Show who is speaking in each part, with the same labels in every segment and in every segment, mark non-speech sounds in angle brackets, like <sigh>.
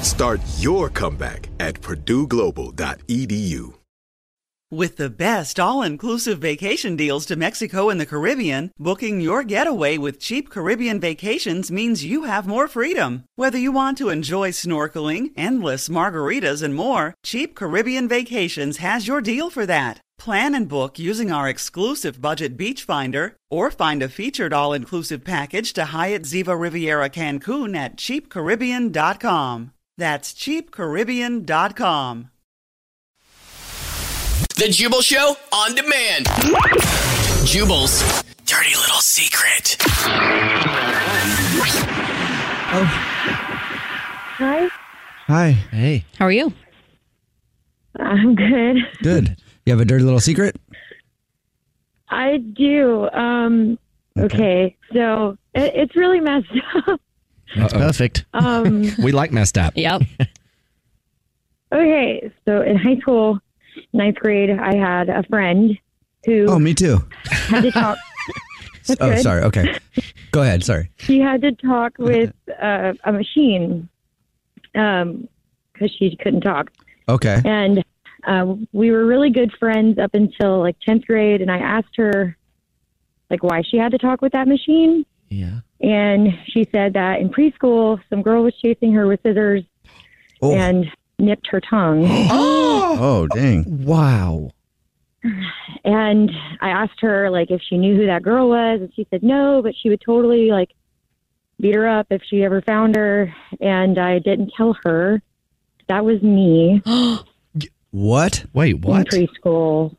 Speaker 1: Start your comeback at purdueglobal.edu.
Speaker 2: With the best all inclusive vacation deals to Mexico and the Caribbean, booking your getaway with cheap Caribbean vacations means you have more freedom. Whether you want to enjoy snorkeling, endless margaritas, and more, Cheap Caribbean Vacations has your deal for that. Plan and book using our exclusive budget beach finder or find a featured all inclusive package to Hyatt Ziva Riviera Cancun at cheapcaribbean.com. That's cheapcaribbean.com.
Speaker 3: The Jubal Show on demand. Jubal's dirty little secret.
Speaker 4: Hi,
Speaker 5: Hi.
Speaker 6: Hey,
Speaker 7: How are you?
Speaker 4: I'm good.
Speaker 5: Good. You have a dirty little secret?
Speaker 4: I do. Um, okay. so it, it's really messed <laughs> up.
Speaker 6: that's perfect.
Speaker 4: Um,
Speaker 6: We like messed up.
Speaker 7: <laughs> Yep.
Speaker 4: okay, so in high school, ninth grade, I had a friend who
Speaker 5: Oh, me too.
Speaker 4: had to talk. That's
Speaker 5: oh,
Speaker 4: good.
Speaker 5: sorry. Okay. Go ahead. Sorry.
Speaker 4: She had to talk with uh, a machine because she couldn't talk.
Speaker 5: Okay.
Speaker 4: And uh, we were really good friends up until like 10th grade. And I asked her, like, why she had to talk with that machine.
Speaker 6: Yeah.
Speaker 4: And she said that in preschool, some girl was chasing her with scissors
Speaker 5: Oh.
Speaker 4: and nipped her tongue.
Speaker 5: <gasps> Oh, dang.
Speaker 6: Wow.
Speaker 4: and I asked her like if she knew who that girl was, and she said no, but she would totally like beat her up if she ever found her. And I didn't tell her that was me
Speaker 5: <gasps> What?
Speaker 6: Wait,
Speaker 4: in
Speaker 6: what?
Speaker 4: preschool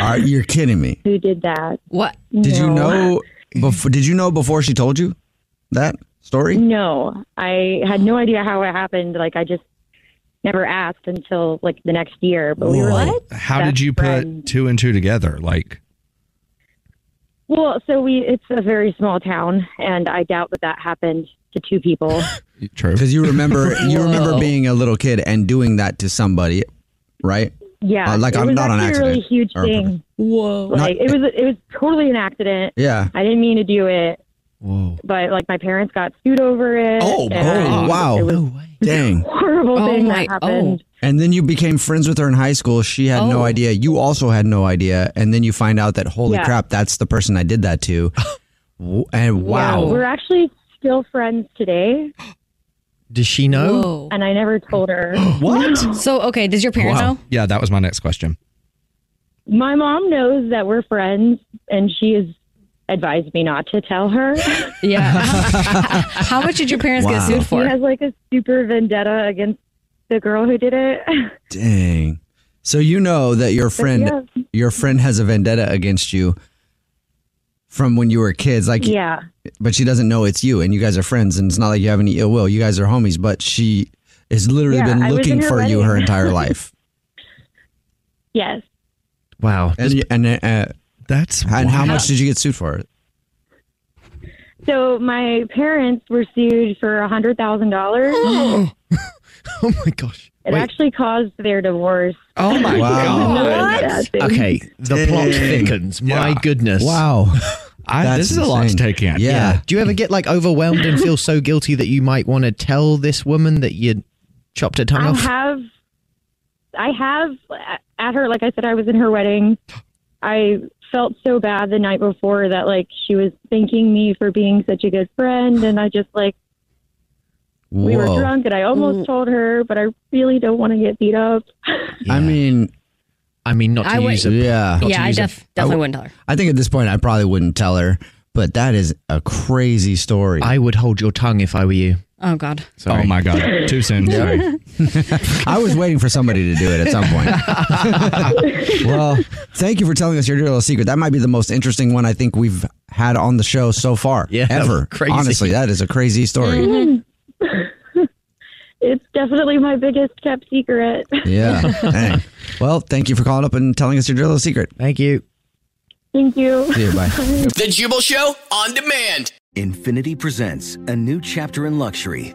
Speaker 5: Are you're kidding me?
Speaker 4: who did that.
Speaker 7: What?
Speaker 5: Did you
Speaker 4: No.
Speaker 5: know before did you know before she told you that story?
Speaker 4: No, I had no idea how it happened. Like I just never asked until like the next year. But we were like,
Speaker 8: How
Speaker 4: Best
Speaker 8: did you put
Speaker 4: friend.
Speaker 8: two and two together? Like,
Speaker 4: well, so we it's a very small town, and I doubt that that happened to two people.
Speaker 5: <laughs>
Speaker 8: true.
Speaker 5: Because you remember you remember
Speaker 7: Whoa.
Speaker 5: being a little kid and doing that to somebody, right?
Speaker 4: Yeah,
Speaker 5: Uh, like,
Speaker 4: it
Speaker 5: I'm
Speaker 4: was
Speaker 5: not on
Speaker 4: actually a really
Speaker 5: accident
Speaker 4: huge
Speaker 5: or on
Speaker 4: thing.
Speaker 5: purpose.
Speaker 7: Whoa.
Speaker 4: Like it was it was totally an accident.
Speaker 5: Yeah.
Speaker 4: I didn't mean to do it,
Speaker 6: Whoa.
Speaker 4: but like my parents got sued over it.
Speaker 5: Oh,
Speaker 4: and
Speaker 5: oh wow.
Speaker 4: It was
Speaker 6: way.
Speaker 5: Dang.
Speaker 4: a horrible
Speaker 7: Oh,
Speaker 4: thing
Speaker 7: my-
Speaker 4: that happened.
Speaker 5: And then you became friends with her in high school. She had no
Speaker 7: Oh.
Speaker 5: idea. You also had no idea. And then you find out that holy
Speaker 4: Yeah.
Speaker 5: crap, that's the person I did that
Speaker 4: <laughs>
Speaker 5: to. W- and wow.
Speaker 4: We're actually still friends today,
Speaker 6: Does she know?
Speaker 7: Whoa.
Speaker 4: and I never
Speaker 5: <gasps>
Speaker 4: told her. <gasps>
Speaker 6: What?
Speaker 7: Oh. So, okay, does your parents know?
Speaker 8: yeah, that was my next question.
Speaker 4: my mom knows that we're friends, and she has advised me not to tell her. she
Speaker 7: Yeah.
Speaker 5: <laughs>
Speaker 7: <laughs> How much did your parents get
Speaker 5: Wow.
Speaker 7: sued for?
Speaker 4: has like a super vendetta against the girl who did it. <laughs>
Speaker 5: Dang. So you know that your friend
Speaker 4: yeah.
Speaker 5: your friend has a vendetta against you from when you were kids like
Speaker 4: yeah.
Speaker 5: but she doesn't know it's you and you guys are friends and it's not like you have any ill will. You guys are homies, but she has literally
Speaker 4: Yeah, I
Speaker 5: been
Speaker 4: was
Speaker 5: looking
Speaker 4: in her
Speaker 5: for you
Speaker 4: wedding.
Speaker 5: her entire
Speaker 4: <laughs>
Speaker 5: life.
Speaker 4: Yes.
Speaker 6: Wow.
Speaker 5: and you- and uh, uh,
Speaker 8: That's
Speaker 5: and how much did you get sued for?
Speaker 4: So my parents were sued for a hundred thousand
Speaker 6: <gasps>
Speaker 4: dollars.
Speaker 6: <laughs> Oh my gosh.
Speaker 4: It actually caused their divorce.
Speaker 6: Oh my
Speaker 5: Wow.
Speaker 4: What?
Speaker 6: Okay, the plot
Speaker 5: Dang.
Speaker 6: thickens. My goodness.
Speaker 5: Wow.
Speaker 8: <laughs> I,
Speaker 5: That's
Speaker 8: this is a lot to
Speaker 5: insane.
Speaker 8: take in.
Speaker 5: Yeah.
Speaker 6: Do you ever get like overwhelmed and feel so guilty that you might want to tell this woman that you chopped her tongue
Speaker 4: I
Speaker 6: off?
Speaker 4: have, I have at her. Like I said, I was in her wedding. I felt so bad the night before that like she was thanking me for being such a good friend, and I just like We were
Speaker 5: Whoa.
Speaker 4: drunk, and I almost told her, but I really don't want to get beat up.
Speaker 5: I mean,
Speaker 6: I mean, not to
Speaker 7: I would-
Speaker 6: use a
Speaker 5: yeah.
Speaker 6: Not to
Speaker 7: yeah, I
Speaker 6: use a-
Speaker 7: def- definitely
Speaker 5: I w-
Speaker 7: wouldn't tell her.
Speaker 5: I think at this point I probably wouldn't tell her, but that is a crazy story.
Speaker 6: I would hold your tongue if I were you.
Speaker 7: Oh God.
Speaker 8: Oh my god, too soon. Sorry.
Speaker 5: I was waiting for somebody to do it at some
Speaker 8: <laughs>
Speaker 5: point. well, thank you for telling us your dirty little secret. That might be the most interesting one I think we've had on the show so far.
Speaker 6: Yeah,
Speaker 8: <laughs>
Speaker 5: Ever.
Speaker 6: crazy.
Speaker 5: Honestly, that is a crazy story.
Speaker 4: It's definitely my biggest kept secret. <laughs>
Speaker 5: Yeah. Dang. Well, thank you for calling up and telling us your dirty little secret.
Speaker 6: Thank you.
Speaker 4: Thank you.
Speaker 5: See you. Bye.
Speaker 3: The Jubal Show on demand.
Speaker 9: Infinity presents a new chapter in luxury,